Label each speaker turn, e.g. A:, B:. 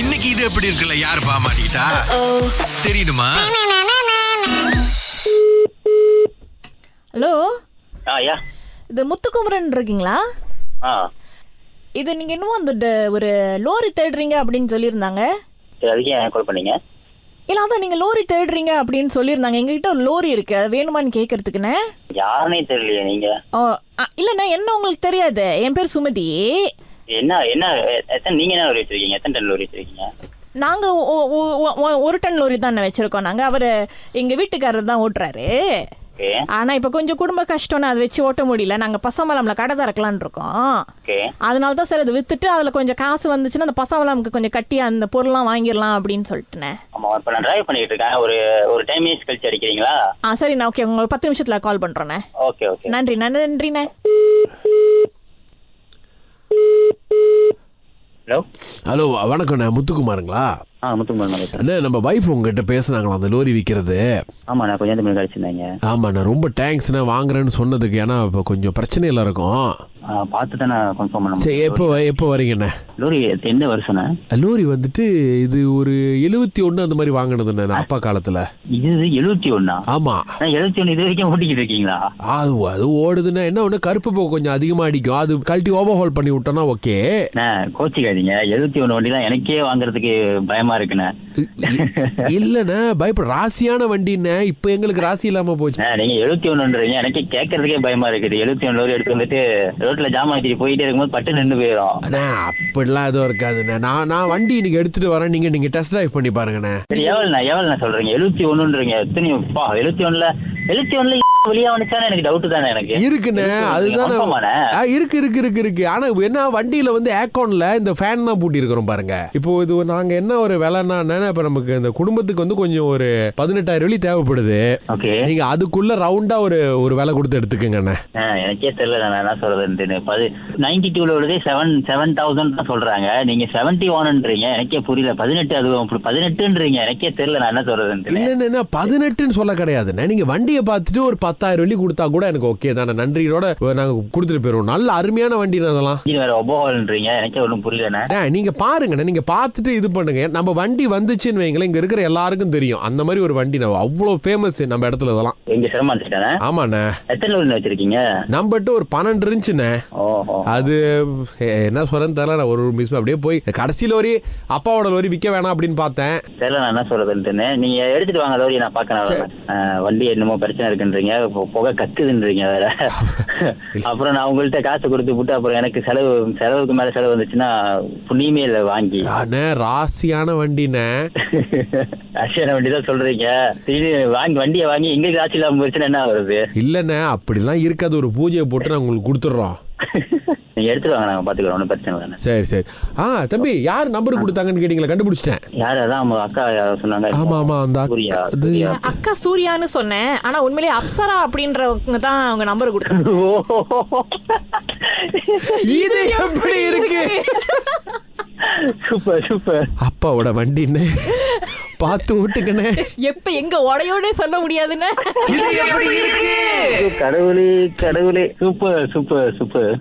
A: இன்னைக்கு இது எப்படி இருக்குல்ல யார் பாமாட்டா தெரியுமா
B: ஹலோ
C: ஆயா
B: இது முத்துக்குமரன் இருக்கீங்களா
C: ஆ
B: இது நீங்க இன்னும் அந்த ட- ஒரு லோரி தேடுறீங்க அப்படின்னு சொல்லியிருந்தாங்க
C: சரி அதுக்கு ஏன் கால் பண்ணீங்க
B: இல்ல அதான் நீங்க லோரி தேடுறீங்க அப்படின்னு சொல்லியிருந்தாங்க எங்ககிட்ட ஒரு லோரி இருக்கு அது வேணுமான்னு கேட்கறதுக்குண்ணே
C: யாருனே தெரியலையே நீங்க
B: ஓ அ, இல்லண்ணே என்ன உங்களுக்கு தெரியாது என் பேர் சுமதி
C: என்ன என்ன எ- எத்தனை நீங்க என்ன லோரி வச்சிருக்கீங்க எத்தனை டன் லோரி வச்சிருக்கீங்க
B: நாங்க ஒ- ஒ- ஒ- ஒ- ஒ- ஒரு டன் லோரி தான் வச்சிருக்கோம் நாங்க அவரு எங்க வீட்டுக்காரர் தான் ஓட்டுறாரு
C: ஓகே
B: ஆனா இப்ப கொஞ்சம் குடும்ப கஷ்டம்னு அதை வச்சு ஓட்ட முடியல நாங்க பசமலம்ல கடை திறக்கலான்னு இருக்கோம்
C: ஓகே
B: அதனால தான் சார் அதை வித்துட்டு அதுல கொஞ்சம் காசு வந்துச்சுன்னா அந்த பசமலம்க்கு கொஞ்சம் கட்டி அந்த பொருள்லாம் வாங்கிடலாம் அப்படின்னு சொல்லிட்டுனே
C: ஆமா இப்போ நான் டிரைவ் பண்ணிட்டு இருக்கேன் ஒரு ஒரு டென் மினிட்ஸ் கழிச்சு அடிக்கிறீங்களா
B: ஆ சரி நான் ஓகே உங்களுக்கு பத்து நிமிஷத்துல கால் பண்றேண்ணே
C: ஓகே ஓகே
B: நன்றி நன்றிண்ணே
C: ஹலோ
D: ஹலோ வணக்கண்ணே முத்துக்குமாருங்களா
C: ஆ முத்துக்குமார் நான் பேசுறேன்
D: அண்ணே நம்ம வைஃப் உங்ககிட்ட பேசுனாங்களா அந்த லோரி விற்கிறது
C: ஆமா நான் கொஞ்சம் மணி கழிச்சிருந்தேங்க
D: ஆமாண்ணே ரொம்ப தேங்க்ஸ்ண்ணே வாங்குறேன்னு சொன்னதுக்கு ஏன்னா இப்போ கொஞ்சம் பிரச்சனையில் இருக்கும்
C: பார்த்து தான் நான் கன்ஃபார்ம் பண்ண
D: சரி
C: முடியும்
D: எப்போ எப்போ வரீங்கண்ணே
C: லோரி எத்- எந்த வருஷம்ண்ணா
D: லோரி வந்துட்டு இது ஒரு எழுபத்தி ஒன்று அந்த மாதிரி வாங்கினதுண்ணே நான் அப்பா காலத்தில்
C: இது எழுபத்தி ஒண்ணா
D: ஆமாம்
C: எழுபத்தி ஒண்ணு இது வரைக்கும் ஓட்டிக்கிட்டு இருக்கீங்களா
D: அது அது ஓடுதுன்னா என்ன ஒன்று கருப்பு போக்கு கொஞ்சம் அதிகமாக அடிக்கும் அது கழட்டி ஓவர்ஹால் பண்ணி விட்டோன்னா ஓகே
C: அண்ணா கோச்சிக்காதீங்க எழுபத்தி ஒண்ணு வண்டி தான் எனக்கே வாங்குறதுக்கு பயமா இருக்குண்ணே
D: இல்லைண்ணே பயப்பட ராசியான வண்டிண்ணே இப்போ எங்களுக்கு ராசி இல்லாமல் போச்சு
C: அண்ணா, நீங்க எழுபத்தி ஒண்ணுன்றீங்க எனக்கு கேட்கறதுக்கே பயமா இருக்குது எழுபத்தி ஒண்ணு லோரி எடுத்து வந்துட்டு ரோட்ல ஜாமான் வச்சுட்டு போயிட்டே இருக்கும்போது பட்டு நின்று போயிடும்
D: அண்ணா அப்படிலாம் எதுவும் இருக்காதுண்ணே நான் நான் வண்டி இன்னைக்கு எடுத்துட்டு வரேன் நீங்க நீங்க டெஸ்ட் டிரைவ் பண்ணி பாருங்கண்ணே
C: சரி எவ்வளோண்ணா எவ்வளோண்ணா சொல்றீங்க எழுபத்தி ஒண்ணுன்றீங்க எத்தனை பா எழுபத்தி ஒண்ணுல எழுபத்தி ஒண்ணுல வெளியே வந்துச்சானே எனக்கு டவுட் தானே எனக்கு
D: இருக்குண்ணே அதுதான் நான்-
C: கன்ஃபார்மாண்ணே?
D: ஆ, இருக்கு இருக்கு இருக்கு இருக்கு ஆனா இப்ப என்ன வண்டியில வந்து ஏக்கான்ல இந்த ஃபேன் தான் பூட்டி இருக்கிறோம் பாருங்க இப்போ இது ஒரு- நாங்க என்ன ஒரு விலைன்னா இப்ப நமக்கு இந்த குடும்பத்துக்கு வந்து கொஞ்சம் ஒரு பதினெட்டாயிரம் வெளி தேவைப்படுது
C: ஓகே
D: நீங்க அதுக்குள்ள ரவுண்டா ஒரு ஒரு விலை கொடுத்து எடுத்துக்கங்கண்ணே
C: ஆ, எனக்கே தெரியல நான் என்ன சொல்றதுன்னு பது நைன்டி டூல உள்ளதே செவன் செவன் தௌசண்ட் தான் சொல்றாங்க நீங்க செவன்டி ஒன்ன்றீங்க எனக்கே புரியல பதினெட்டு அது அப்படி பதினெட்டுன்றீங்க எனக்கே தெரியல நான் என்ன சொல்றதுன்னு
D: இல்ல என்னன்னா பதினெட்டுன்னு சொல்ல கிடையாதுண்ணே நீங்க வண்டியை பார்த்துட்டு ஒரு பத்தாயிரம் வெளி கொடுத்தா கூட எனக்கு ஓகே தானே நன்றியோட நாங்க கொடுத்துட்டு போயிருவோம் நல்ல அருமையான வண்டிண்ணே அதெல்லாம்
C: இன்ஜின் வேற ஒபோகன்றீங்க எனக்கே ஒன்றும் புரியலண்ணே
D: அண்ணா, நீங்க பாருங்கண்ணா நீங்க பார்த்துட்டு இது பண்ணுங்க நம்ம வண்டி வந்துச்சுன்னு வைங்களேன் இங்க இருக்கிற எல்லாருக்கும் தெரியும் அந்த மாதிரி ஒரு வண்டி நான் அவ்வளோ ஃபேமஸ் நம்ம இடத்துல இதெல்லாம்
C: எங்க சிரமம் வந்துட்டானே
D: ஆமாண்ணே
C: எத்தனை லோரி வச்சிருக்கீங்க
D: நம்மகிட்ட ஒரு பன்னெண்டு இருந்துச்சுண்ணே
C: ஓஹோ
D: அது எ, என்ன சொல்றேன்னு தெரியல நான் ஒரு ஒரு மிஸ் அப்படியே போய் கடைசி லோரி அப்பாவோட லோரி விற்க வேணாம் அப்படின்னு பார்த்தேன்
C: தெரியல நான் என்ன சொல்றதுன்னு நீங்க எடுத்துட்டு வாங்க லோரி நான் பாக்கிறேன் வண்டி என்னமோ பிரச்சனை இருக்குன்றீங்க பு- புகை கக்குதுன்றீங்க வேற அப்புறம் நான் உங்கள்ட்ட காசு கொடுத்து விட்டு அப்புறம் எனக்கு செலவு செலவுக்கு மேல செலவு வந்துச்சுன்னா புண்ணியமே இல்லை வாங்கி
D: அண்ணே ராசியான வண்டிண்ணே
C: ரஷ்யான வண்டி தான் சொல்றீங்க திடீர்னு வாங்கி வண்டியை வாங்கி எங்க காசு இல்லாம போச்சுன்னா என்ன வருது
D: இல்லைண்ணே அப்படிலாம் இருக்காது ஒரு பூஜையை போட்டு நான் உங்களுக்கு கொடுத்துட்றோம்
C: நீங்க எடுத்துட்டு வாங்க நாங்க பாத்துக்கிறோம் ஒன்றும் பிரச்சனை இல்லைண்ணே
D: சரி சரி ஆ தம்பி யார் நம்பர் கொடுத்தாங்கன்னு கேட்டீங்களா கண்டுபிடிச்சிட்டேன்
C: யார் அதான் அவங்க அக்கா யாரோ சொன்னாங்க
D: ஆமா ஆமா அந்த அக்கா-
C: சூர்யா
D: அது-
C: சூர்யா
B: அக்கா சூர்யான்னு சொன்னேன் ஆனா உண்மையிலேயே அப்சரா அப்படின்றவங்க தான் அவங்க நம்பர் கொடுத்தாங்க
D: இது எப்படி இருக்கு
C: சூப்பர் சூப்பர்
D: அப்பாவோட வண்டின்னு பார்த்து விட்டுக்கண்ணே
B: எப்ப எங்க உடையோட சொல்ல முடியாதுன்னு
C: கடவுளே கடவுளே சூப்பர் சூப்பர் சூப்பர்